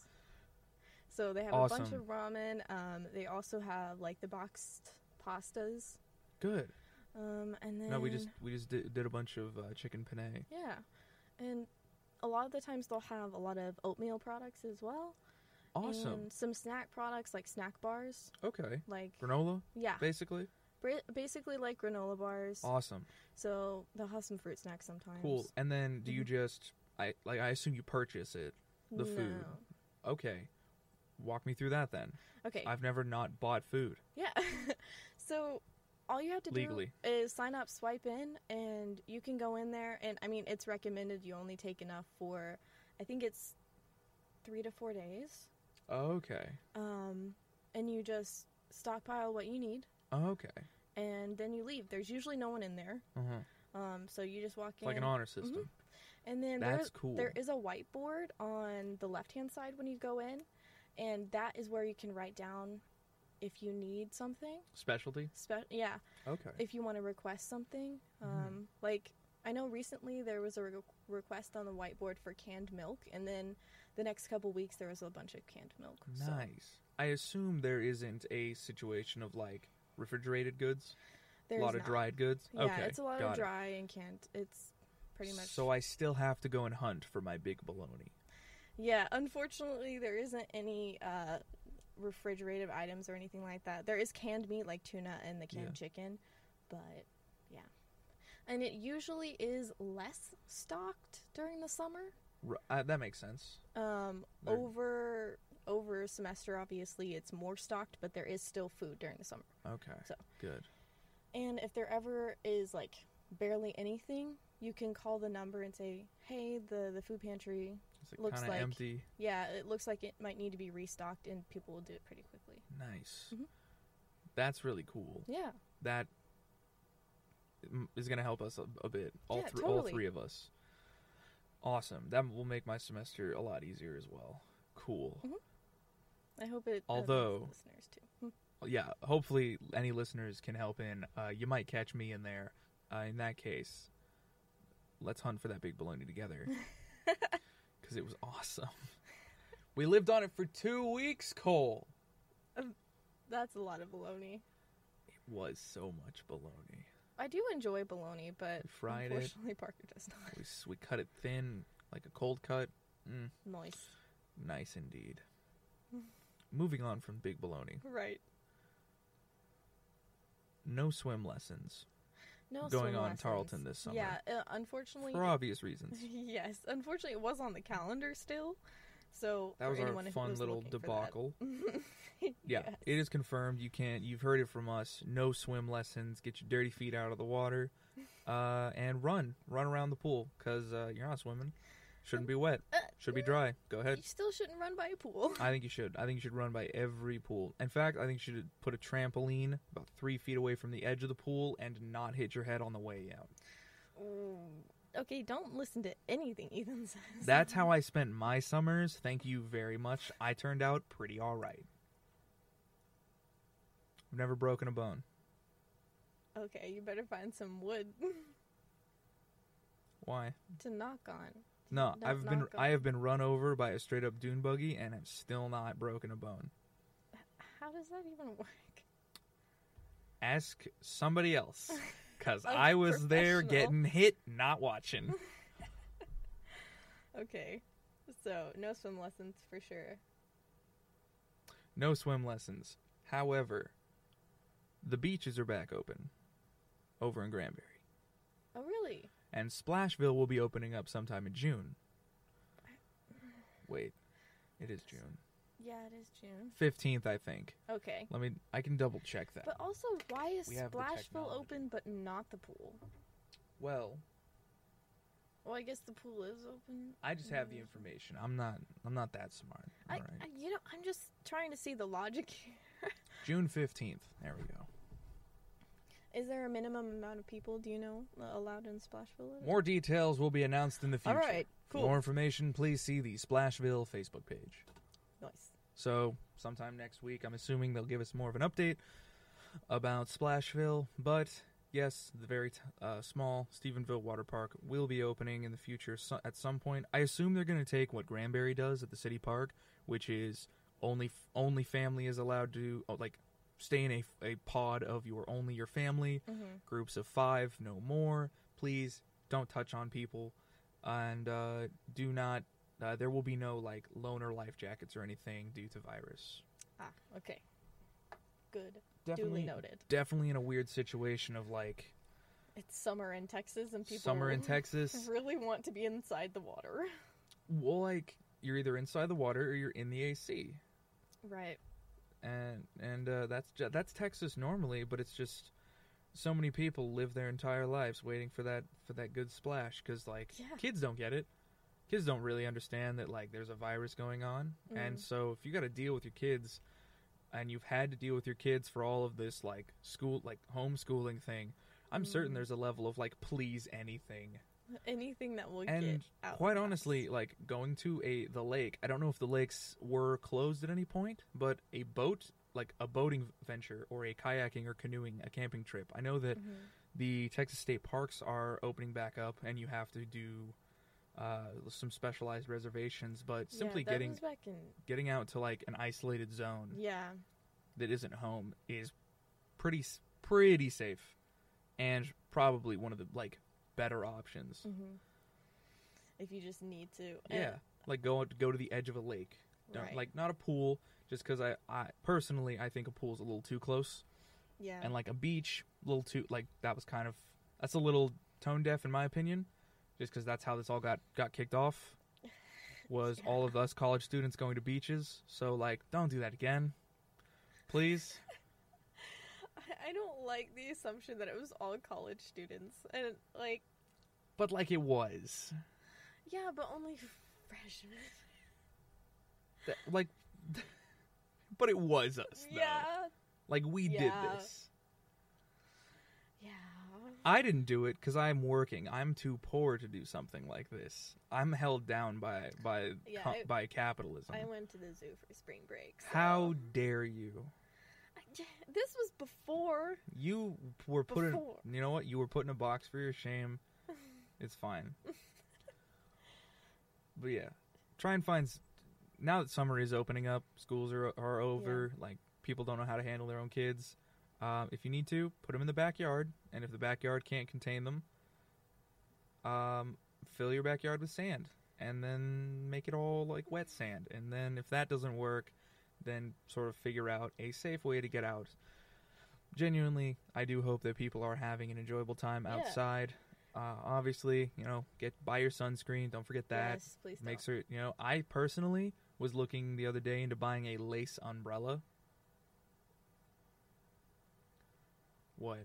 Speaker 2: So they have a bunch
Speaker 1: Awesome.
Speaker 2: of ramen. Um, they also have like the boxed pastas.
Speaker 1: Good.
Speaker 2: Um, and then
Speaker 1: No, we just we just did, did a bunch of uh, chicken penne.
Speaker 2: yeah, and a lot of the times they'll have a lot of oatmeal products as well.
Speaker 1: Awesome.
Speaker 2: And some snack products like snack bars,
Speaker 1: okay.
Speaker 2: like
Speaker 1: Granola,
Speaker 2: yeah,
Speaker 1: basically.
Speaker 2: bra- basically like granola bars.
Speaker 1: Awesome.
Speaker 2: So they'll have some fruit snacks sometimes.
Speaker 1: Cool. And then do
Speaker 2: Mm-hmm.
Speaker 1: you just I like I assume you purchase it. The food.
Speaker 2: No.
Speaker 1: Okay. Walk me through that then.
Speaker 2: Okay.
Speaker 1: I've never not bought food.
Speaker 2: Yeah. so all you have to
Speaker 1: Legally.
Speaker 2: do is sign up, swipe in, and you can go in there. And I mean, it's recommended you only take enough for, I think it's three to four days.
Speaker 1: Okay.
Speaker 2: Um, and you just stockpile what you need,
Speaker 1: Okay.
Speaker 2: and then you leave. There's usually no one in there.
Speaker 1: Uh-huh.
Speaker 2: Um, so you just walk
Speaker 1: It's like
Speaker 2: in,
Speaker 1: an honor system.
Speaker 2: Mm-hmm. and then there,
Speaker 1: That's cool.
Speaker 2: there is a whiteboard on the left hand side when you go in, and that is where you can write down if you need something.
Speaker 1: Specialty.
Speaker 2: Spe- yeah,
Speaker 1: Okay.
Speaker 2: if you want to request something.
Speaker 1: Mhm.
Speaker 2: Um, Like, I know recently there was a re- request on the whiteboard for canned milk, and then the next couple weeks there was a bunch of canned milk. so-
Speaker 1: Nice. I assume there isn't a situation of like refrigerated goods, a
Speaker 2: there's
Speaker 1: lot of
Speaker 2: not.
Speaker 1: dried goods.
Speaker 2: Yeah,
Speaker 1: okay,
Speaker 2: it's a lot
Speaker 1: got
Speaker 2: of
Speaker 1: it.
Speaker 2: dry and canned. It's pretty much.
Speaker 1: So I still have to go and hunt for my big bologna.
Speaker 2: yeah, unfortunately there isn't any uh, refrigerated items or anything like that. There is canned meat like tuna and the canned
Speaker 1: Yeah.
Speaker 2: chicken, but yeah. And it usually is less stocked during the summer.
Speaker 1: R- uh, that makes sense.
Speaker 2: Um,
Speaker 1: They're-
Speaker 2: over over semester, obviously, it's more stocked, but there is still food during the summer.
Speaker 1: Okay,
Speaker 2: So-
Speaker 1: good.
Speaker 2: And if there ever is like barely anything, you can call the number and say, "Hey, the the food pantry,
Speaker 1: It's
Speaker 2: Looks
Speaker 1: kind of
Speaker 2: like-
Speaker 1: empty.
Speaker 2: yeah, it looks like it might need to be restocked," and people will do it pretty quickly.
Speaker 1: Nice.
Speaker 2: Mhm.
Speaker 1: That's really cool.
Speaker 2: Yeah.
Speaker 1: That m- is going to help us a, a bit. All
Speaker 2: Yeah,
Speaker 1: three, all
Speaker 2: totally.
Speaker 1: three of us. Awesome. That will make my semester a lot easier as well. Cool.
Speaker 2: Mhm. I hope it. uh, helps
Speaker 1: Although-
Speaker 2: listeners too. Mm.
Speaker 1: yeah, hopefully any listeners can help in. Uh, you might catch me in there. Uh, in that case, let's hunt for that big baloney together because it was awesome. We lived on it for two weeks, Cole.
Speaker 2: That's a lot of bologna.
Speaker 1: It was so much baloney.
Speaker 2: I do enjoy bologna, but
Speaker 1: We fried it.
Speaker 2: unfortunately, Parker does not.
Speaker 1: We s- we cut it thin like a cold cut. Mm,
Speaker 2: Nice.
Speaker 1: nice indeed. Moving on from big baloney.
Speaker 2: Right.
Speaker 1: No swim lessons
Speaker 2: No
Speaker 1: going
Speaker 2: swim
Speaker 1: on in
Speaker 2: lessons.
Speaker 1: Tarleton this summer
Speaker 2: Yeah, uh, unfortunately,
Speaker 1: for obvious reasons.
Speaker 2: yes, unfortunately, it was on the calendar still. So
Speaker 1: That
Speaker 2: for
Speaker 1: was our
Speaker 2: anyone who
Speaker 1: fun
Speaker 2: was
Speaker 1: little
Speaker 2: looking for that-
Speaker 1: debacle. Yeah,
Speaker 2: Yes.
Speaker 1: it is confirmed. You can't. You've heard it from us. No swim lessons. Get your dirty feet out of the water, uh, and run, run around the pool because uh, you're not swimming. Shouldn't be wet.
Speaker 2: Uh,
Speaker 1: Should be dry. Go ahead.
Speaker 2: You still shouldn't run by a pool.
Speaker 1: I think you should. I think you should run by every pool. In fact, I think you should put a trampoline about three feet away from the edge of the pool and not hit your head on the way out.
Speaker 2: Okay, don't listen to anything Ethan says.
Speaker 1: That's how I spent my summers. Thank you very much. I turned out pretty all right. I've never broken a bone.
Speaker 2: okay, you better find some wood
Speaker 1: Why?
Speaker 2: to knock on.
Speaker 1: No,
Speaker 2: No,
Speaker 1: I've been
Speaker 2: not go-
Speaker 1: I have been run over by a straight up dune buggy and I've still not broken a bone.
Speaker 2: How does that even work?
Speaker 1: Ask somebody else, cause
Speaker 2: A
Speaker 1: I was there
Speaker 2: professional.
Speaker 1: getting hit, not watching.
Speaker 2: Okay, so no swim lessons for sure.
Speaker 1: No swim lessons. However, the beaches are back open, over in Granbury,
Speaker 2: Oh really?
Speaker 1: and Splashville will be opening up sometime in June. Wait, it is June
Speaker 2: Yeah, it is June.
Speaker 1: fifteenth, I think.
Speaker 2: Okay.
Speaker 1: Let me. I can double check that.
Speaker 2: But also, why is
Speaker 1: We have the
Speaker 2: Splashville
Speaker 1: technology.
Speaker 2: open but not the pool?
Speaker 1: well,
Speaker 2: Well, I guess the pool is open.
Speaker 1: I just have the information. I'm not. I'm not that smart.
Speaker 2: Mm. I,
Speaker 1: All right.
Speaker 2: I, you know, I'm just trying to see the logic here.
Speaker 1: June fifteenth. There we go.
Speaker 2: Is there a minimum amount of people do you know uh, allowed in Splashville? at a
Speaker 1: More details will be announced in the
Speaker 2: All
Speaker 1: future.
Speaker 2: right,
Speaker 1: For
Speaker 2: cool.
Speaker 1: more information, please see the Splashville Facebook page.
Speaker 2: time? Nice.
Speaker 1: So, sometime next week, I'm assuming they'll give us more of an update about Splashville. But yes, the very t- uh, small Stephenville Water Park will be opening in the future so- at some point. I assume they're going to take what Granbury does at the city park, which is only f- only family is allowed to oh, like stay in a, f- a pod of your only your family
Speaker 2: Mm-hmm.
Speaker 1: groups of five, no more. Please don't touch on people, and uh, do not. Uh, there will be no like loner life jackets or anything due to virus.
Speaker 2: Ah, okay. Good.
Speaker 1: Definitely,
Speaker 2: Duly noted.
Speaker 1: definitely in a weird situation of like
Speaker 2: It's summer in Texas, and people
Speaker 1: summer in Texas.
Speaker 2: really want to be inside the water.
Speaker 1: Well, like you're either inside the water or you're in the AC,
Speaker 2: Right.
Speaker 1: and and uh, that's ju- that's Texas normally, but it's just so many people live their entire lives waiting for that for that good splash because like
Speaker 2: Yeah.
Speaker 1: kids don't get it kids don't really understand that like there's a virus going on and
Speaker 2: Mm.
Speaker 1: so if you got to deal with your kids and you've had to deal with your kids for all of this like school like homeschooling thing i'm certain
Speaker 2: Mm.
Speaker 1: there's a level of like please anything
Speaker 2: Anything that will get
Speaker 1: and
Speaker 2: out.
Speaker 1: quite
Speaker 2: of us.
Speaker 1: honestly like going to a the lake i don't know if the lakes were closed at any point but a boat like a boating venture or a kayaking or canoeing a camping trip i know that
Speaker 2: Mhm.
Speaker 1: the texas state parks are opening back up and you have to do uh, some specialized reservations but
Speaker 2: Yeah,
Speaker 1: simply
Speaker 2: that
Speaker 1: getting
Speaker 2: was back in.
Speaker 1: getting out to like an isolated zone
Speaker 2: Yeah.
Speaker 1: that isn't home is pretty s- pretty safe and probably one of the like better options
Speaker 2: hmm If you just need to. And-
Speaker 1: Yeah, like go go to the edge of a lake. Don't,
Speaker 2: Right.
Speaker 1: Like not a pool, just because I, I personally I think a pool's a little too close,
Speaker 2: Yeah.
Speaker 1: and like a beach, a little too like that was kind of that's a little tone deaf in my opinion, just because that's how this all got got kicked off. Was all of us college students going to beaches? So like, don't do that again, please.
Speaker 2: I- I don't like the assumption that it was all college students. And, like,
Speaker 1: but like it was,
Speaker 2: yeah, but only freshmen.
Speaker 1: That- like, but it was us. though.
Speaker 2: yeah.
Speaker 1: Like we did
Speaker 2: Yeah.
Speaker 1: this.
Speaker 2: Yeah.
Speaker 1: I didn't do it because I'm working. I'm too poor to do something like this. I'm held down by by
Speaker 2: Yeah,
Speaker 1: co-
Speaker 2: I-
Speaker 1: by capitalism.
Speaker 2: I went to the zoo for spring break. so-
Speaker 1: How dare you?
Speaker 2: I- This was before.
Speaker 1: You were put in.
Speaker 2: Before.
Speaker 1: You know what? You were put in a box for your shame. It's fine. but yeah, try and find. s- Now that summer is opening up, schools are are over. Like people don't know how to handle their own kids. Um, if you need to, put them in the backyard, and if the backyard can't contain them, um, fill your backyard with sand, and then make it all like wet sand. And then if that doesn't work, then sort of figure out a safe way to get out. Genuinely, I do hope that people are having an enjoyable time
Speaker 2: Yeah.
Speaker 1: outside. Uh, obviously, you know, get buy your sunscreen. Don't forget that.
Speaker 2: yes, please don't.
Speaker 1: Make sure you know. I personally was looking the other day into buying a lace umbrella. What?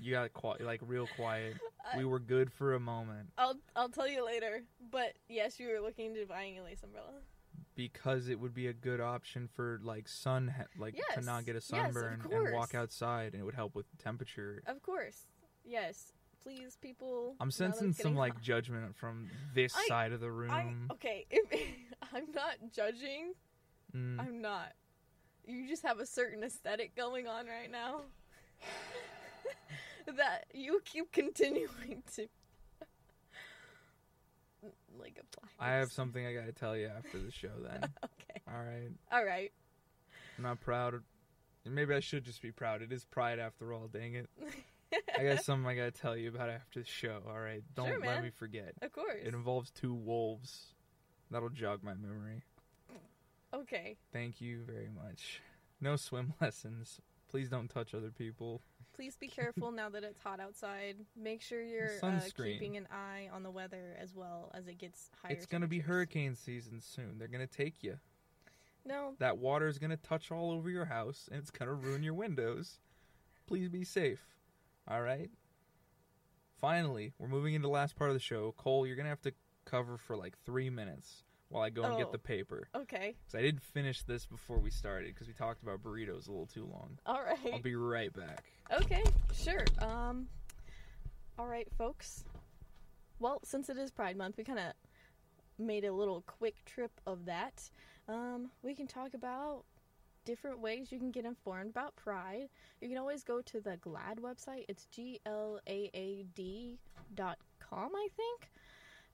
Speaker 1: you got qui- like real quiet. we were good for a moment
Speaker 2: I'll I'll tell you later. But yes, you were looking into buying a lace umbrella.
Speaker 1: because it would be a good option for like sun, ha- like to
Speaker 2: Yes.
Speaker 1: not get a
Speaker 2: Yes, of
Speaker 1: sunburn and walk
Speaker 2: course.
Speaker 1: outside, and it would help with temperature.
Speaker 2: Of course. Yes. Please, people. now
Speaker 1: I'm
Speaker 2: that
Speaker 1: sensing
Speaker 2: it's
Speaker 1: some
Speaker 2: getting
Speaker 1: like
Speaker 2: hot-
Speaker 1: judgment from this
Speaker 2: I- oh,
Speaker 1: side of the
Speaker 2: I,
Speaker 1: room.
Speaker 2: okay, if, I'm not judging.
Speaker 1: Mm.
Speaker 2: I'm not. You just have a certain aesthetic going on right now that you keep continuing to like apply.
Speaker 1: I have something I gotta tell you after the show. Then,
Speaker 2: Okay.
Speaker 1: all right.
Speaker 2: All right.
Speaker 1: I'm not proud. of- and Maybe I should just be proud. It is pride after all. Dang it! I got something I gotta tell you about after the show. All right, don't
Speaker 2: Sure,
Speaker 1: let
Speaker 2: man.
Speaker 1: me forget.
Speaker 2: Of course.
Speaker 1: It involves two wolves. That'll jog my memory.
Speaker 2: Okay.
Speaker 1: Thank you very much. No swim lessons. Please don't touch other people.
Speaker 2: Please be careful now that it's hot outside. Make sure you're uh,
Speaker 1: Sunscreen.
Speaker 2: keeping an eye on the weather as well as it gets higher.
Speaker 1: it's gonna be
Speaker 2: temperatures.
Speaker 1: hurricane season soon. They're gonna take you.
Speaker 2: No,
Speaker 1: That water is going to touch all over your house and it's going to ruin your windows. Please be safe. All right? Finally, we're moving into the last part of the show. Cole, you're going to have to cover for like three minutes while I go and
Speaker 2: Oh.
Speaker 1: get the paper.
Speaker 2: okay,
Speaker 1: Because I did finish this before we started because we talked about burritos a little too long.
Speaker 2: all
Speaker 1: I'll
Speaker 2: right,
Speaker 1: be right back.
Speaker 2: okay, sure. Um, all right, folks. Well, since it is Pride Month, we kind of made a little quick trip of that. Um, we can talk about different ways you can get informed about Pride. You can always go to the GLAD website. It's G L A A D dot com, I think.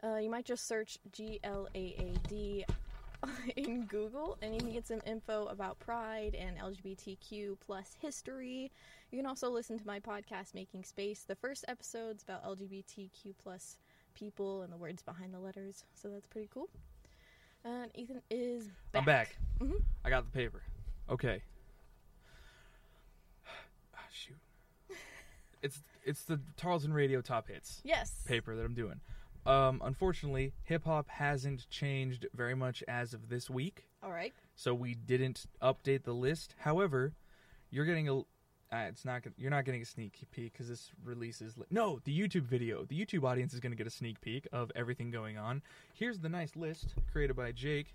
Speaker 2: Uh, you might just search G L A A D in Google, and you can get some info about Pride and LGBTQ plus history. You can also listen to my podcast, Making Space. The first episode's about LGBTQ plus people and the words behind the letters, so that's pretty cool. And Ethan is back.
Speaker 1: I'm back.
Speaker 2: Mhm.
Speaker 1: I got the paper. Okay. Ah, shoot. It's it's the Tarleton Radio Top Hits.
Speaker 2: Yes.
Speaker 1: paper that I'm doing. Um, unfortunately, hip hop hasn't changed very much as of this week,
Speaker 2: All right.
Speaker 1: so we didn't update the list. However, you're getting a uh, it's not gon- you're not getting a sneak peek because this releases li- no the YouTube video. The YouTube audience is going to get a sneak peek of everything going on. Here's the nice list created by Jake.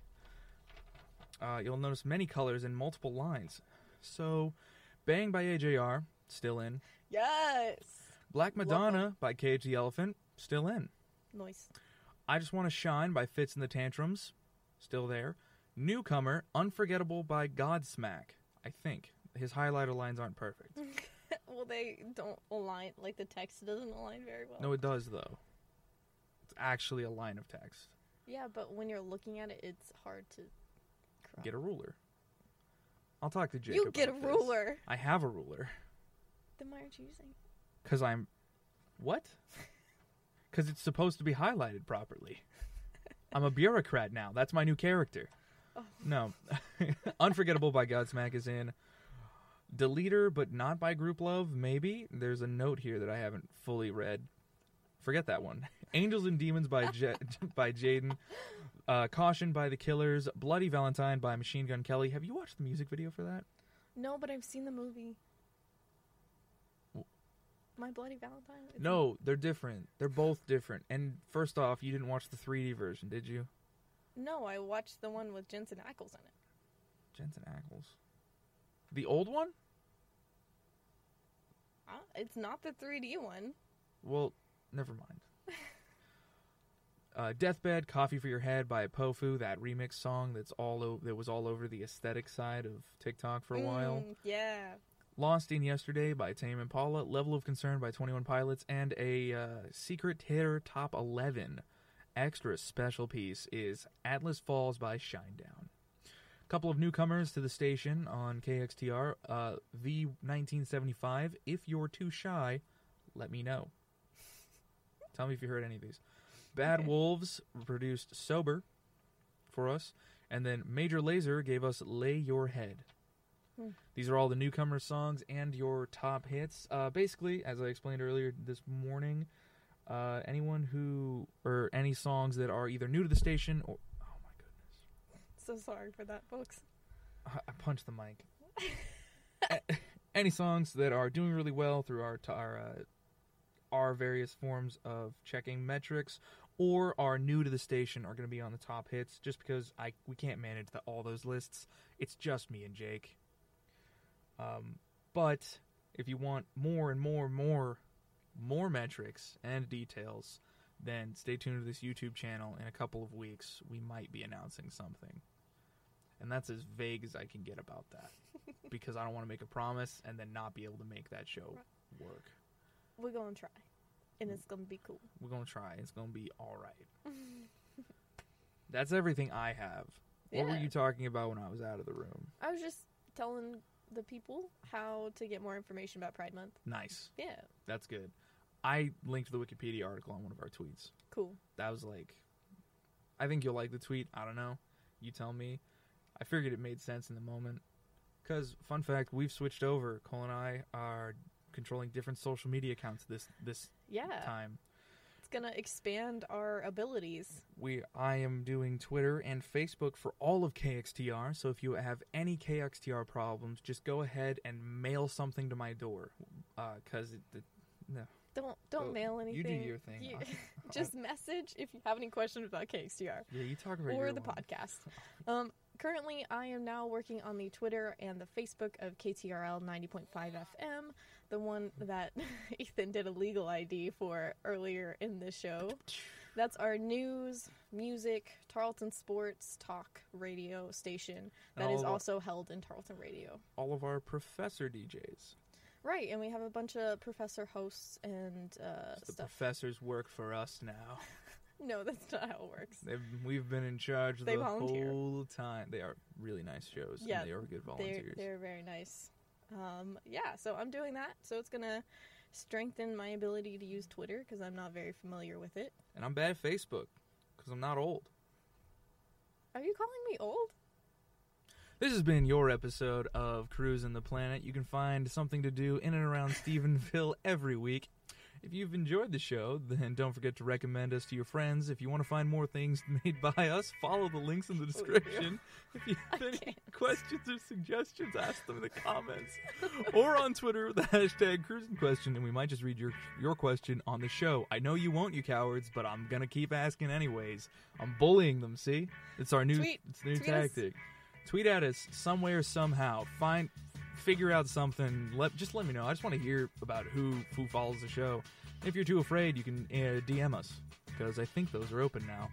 Speaker 1: Uh, you'll notice many colors and multiple lines. So, "Bang" by AJR still in.
Speaker 2: Yes.
Speaker 1: "Black
Speaker 2: Love
Speaker 1: Madonna" by Cage the Elephant still in.
Speaker 2: Noise.
Speaker 1: I Just Want to Shine by Fits in the Tantrums, still there. Newcomer, Unforgettable by Godsmack, I think. His highlighter lines aren't perfect.
Speaker 2: Well, they don't align. Like the text doesn't align very well.
Speaker 1: No, it does, though. It's actually a line of text.
Speaker 2: Yeah, but when you're looking at it, it's hard to. Crop.
Speaker 1: Get a ruler. I'll talk to Jake.
Speaker 2: you get a
Speaker 1: about this.
Speaker 2: ruler.
Speaker 1: I have a ruler.
Speaker 2: Then why aren't you using? it?
Speaker 1: Because I'm. What? Because it's supposed to be highlighted properly. I'm a bureaucrat now. That's my new character.
Speaker 2: Oh.
Speaker 1: No. Unforgettable by Godsmack is in. Deleter, but not by Group Love, maybe. There's a note here that I haven't fully read. Forget that one. Angels and Demons by Ja- by Jaden. Uh, Caution by The Killers. Bloody Valentine by Machine Gun Kelly. Have you watched the music video for that?
Speaker 2: No, but I've seen the movie.
Speaker 1: W-
Speaker 2: My Bloody Valentine. It's-
Speaker 1: No, they're different. They're both different. And first off, you didn't watch the 3D version, did you?
Speaker 2: No, I watched the one with Jensen Ackles in it.
Speaker 1: Jensen Ackles. The old one?
Speaker 2: Uh, It's not the 3D one.
Speaker 1: Well, never mind. uh, Deathbed, Coffee for Your Head by Pofu, that remix song that's all o- that was all over the aesthetic side of TikTok for a while.
Speaker 2: Mm, yeah.
Speaker 1: Lost in Yesterday by Tame Impala, Level of Concern by 21 Pilots, and a uh, Secret Hitter Top 11 extra special piece is Atlas Falls by Shinedown. Couple of newcomers to the station on KXTR, uh, the 1975. If you're too shy, let me know. Tell me if you heard any of these. Bad
Speaker 2: Okay.
Speaker 1: Wolves produced Sober for us, and then Major Laser gave us Lay Your Head.
Speaker 2: Hmm.
Speaker 1: These are all the newcomer songs and your top hits. Uh, basically, as I explained earlier this morning, uh, anyone who or any songs that are either new to the station or oh my goodness,
Speaker 2: So sorry for that, folks.
Speaker 1: I, I punched the mic. A- any songs that are doing really well through our t- our uh, our various forms of checking metrics or are new to the station are going to be on the top hits just because I we can't manage the, all those lists. It's just me and Jake. Um, but if you want more and more and more more metrics and details, then stay tuned to this YouTube channel. In a couple of weeks, we might be announcing something. And that's as vague as I can get about that because I don't want to make a promise and then not be able to make that show work.
Speaker 2: We're gonna try, and it's gonna be cool.
Speaker 1: We're going to try. It's going to be all right. That's everything I have. What were
Speaker 2: Yeah.
Speaker 1: you talking about when I was out of the room?
Speaker 2: I was just telling the people how to get more information about Pride Month.
Speaker 1: Nice.
Speaker 2: Yeah,
Speaker 1: That's good. I linked the Wikipedia article on one of our tweets.
Speaker 2: cool.
Speaker 1: That was like, I think you'll like the tweet. I don't know. You tell me. I figured it made sense in the moment. Because, fun fact, we've switched over. Cole and I are controlling different social media accounts this this
Speaker 2: Yeah,
Speaker 1: time.
Speaker 2: it's gonna expand our abilities.
Speaker 1: We I am doing Twitter and Facebook for all of KXTR, so if you have any KXTR problems, just go ahead and mail something to my door. Because it, it,
Speaker 2: Don't don't
Speaker 1: Oh,
Speaker 2: mail
Speaker 1: you do
Speaker 2: anything.
Speaker 1: your thing.
Speaker 2: You-
Speaker 1: I-
Speaker 2: just message if you have any questions about KXTR
Speaker 1: yeah, you talk about
Speaker 2: or
Speaker 1: your
Speaker 2: the
Speaker 1: one.
Speaker 2: podcast. Um, currently, I am now working on the Twitter and the Facebook of KTRL 90.5 FM, the one that Ethan did a legal ID for earlier in the show. That's our news, music, Tarleton sports talk radio station that
Speaker 1: And
Speaker 2: is
Speaker 1: all of-
Speaker 2: also held in Tarleton Radio.
Speaker 1: all of our professor DJs.
Speaker 2: Right, and we have a bunch of professor hosts and uh,
Speaker 1: the
Speaker 2: stuff.
Speaker 1: professors work for us now.
Speaker 2: No, that's not how it works.
Speaker 1: They've, we've been in charge
Speaker 2: They
Speaker 1: the
Speaker 2: volunteer.
Speaker 1: whole time. They are really nice shows.
Speaker 2: Yeah,
Speaker 1: and they are good
Speaker 2: They're,
Speaker 1: volunteers.
Speaker 2: they're very nice. Um, yeah, so I'm doing that. So it's going to strengthen my ability to use Twitter because I'm not very familiar with it.
Speaker 1: And I'm bad at Facebook because I'm not old.
Speaker 2: Are you calling me old?
Speaker 1: This has been your episode of Cruising the Planet. You can find something to do in and around Stephenville every week. If you've enjoyed the show, then don't forget to recommend us to your friends. If you want to find more things made by us, follow the links in the description. If you have any
Speaker 2: can't.
Speaker 1: questions or suggestions, ask them in the comments or on Twitter with the hashtag Cruising Question, and we might just read your your question on the show. I know you won't, you cowards, but I'm gonna keep asking anyways. I'm bullying them. See, it's our new
Speaker 2: Tweet.
Speaker 1: it's a new
Speaker 2: Tweet us.
Speaker 1: tactic tweet at us somewhere somehow find figure out something let just let me know i just want to hear about who who follows the show if you're too afraid you can uh, dm us because i think those are open now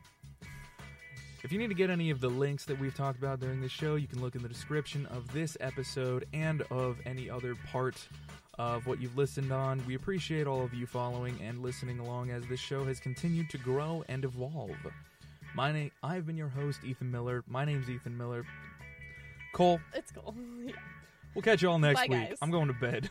Speaker 1: if you need to get any of the links that we've talked about during the show you can look in the description of this episode and of any other part of what you've listened on we appreciate all of you following and listening along as this show has continued to grow and evolve my name I've been your host, Ethan Miller. My name's Ethan Miller. Cole,
Speaker 2: It's cool. Yeah.
Speaker 1: we'll catch you all next
Speaker 2: Bye,
Speaker 1: week.
Speaker 2: guys.
Speaker 1: I'm going to bed.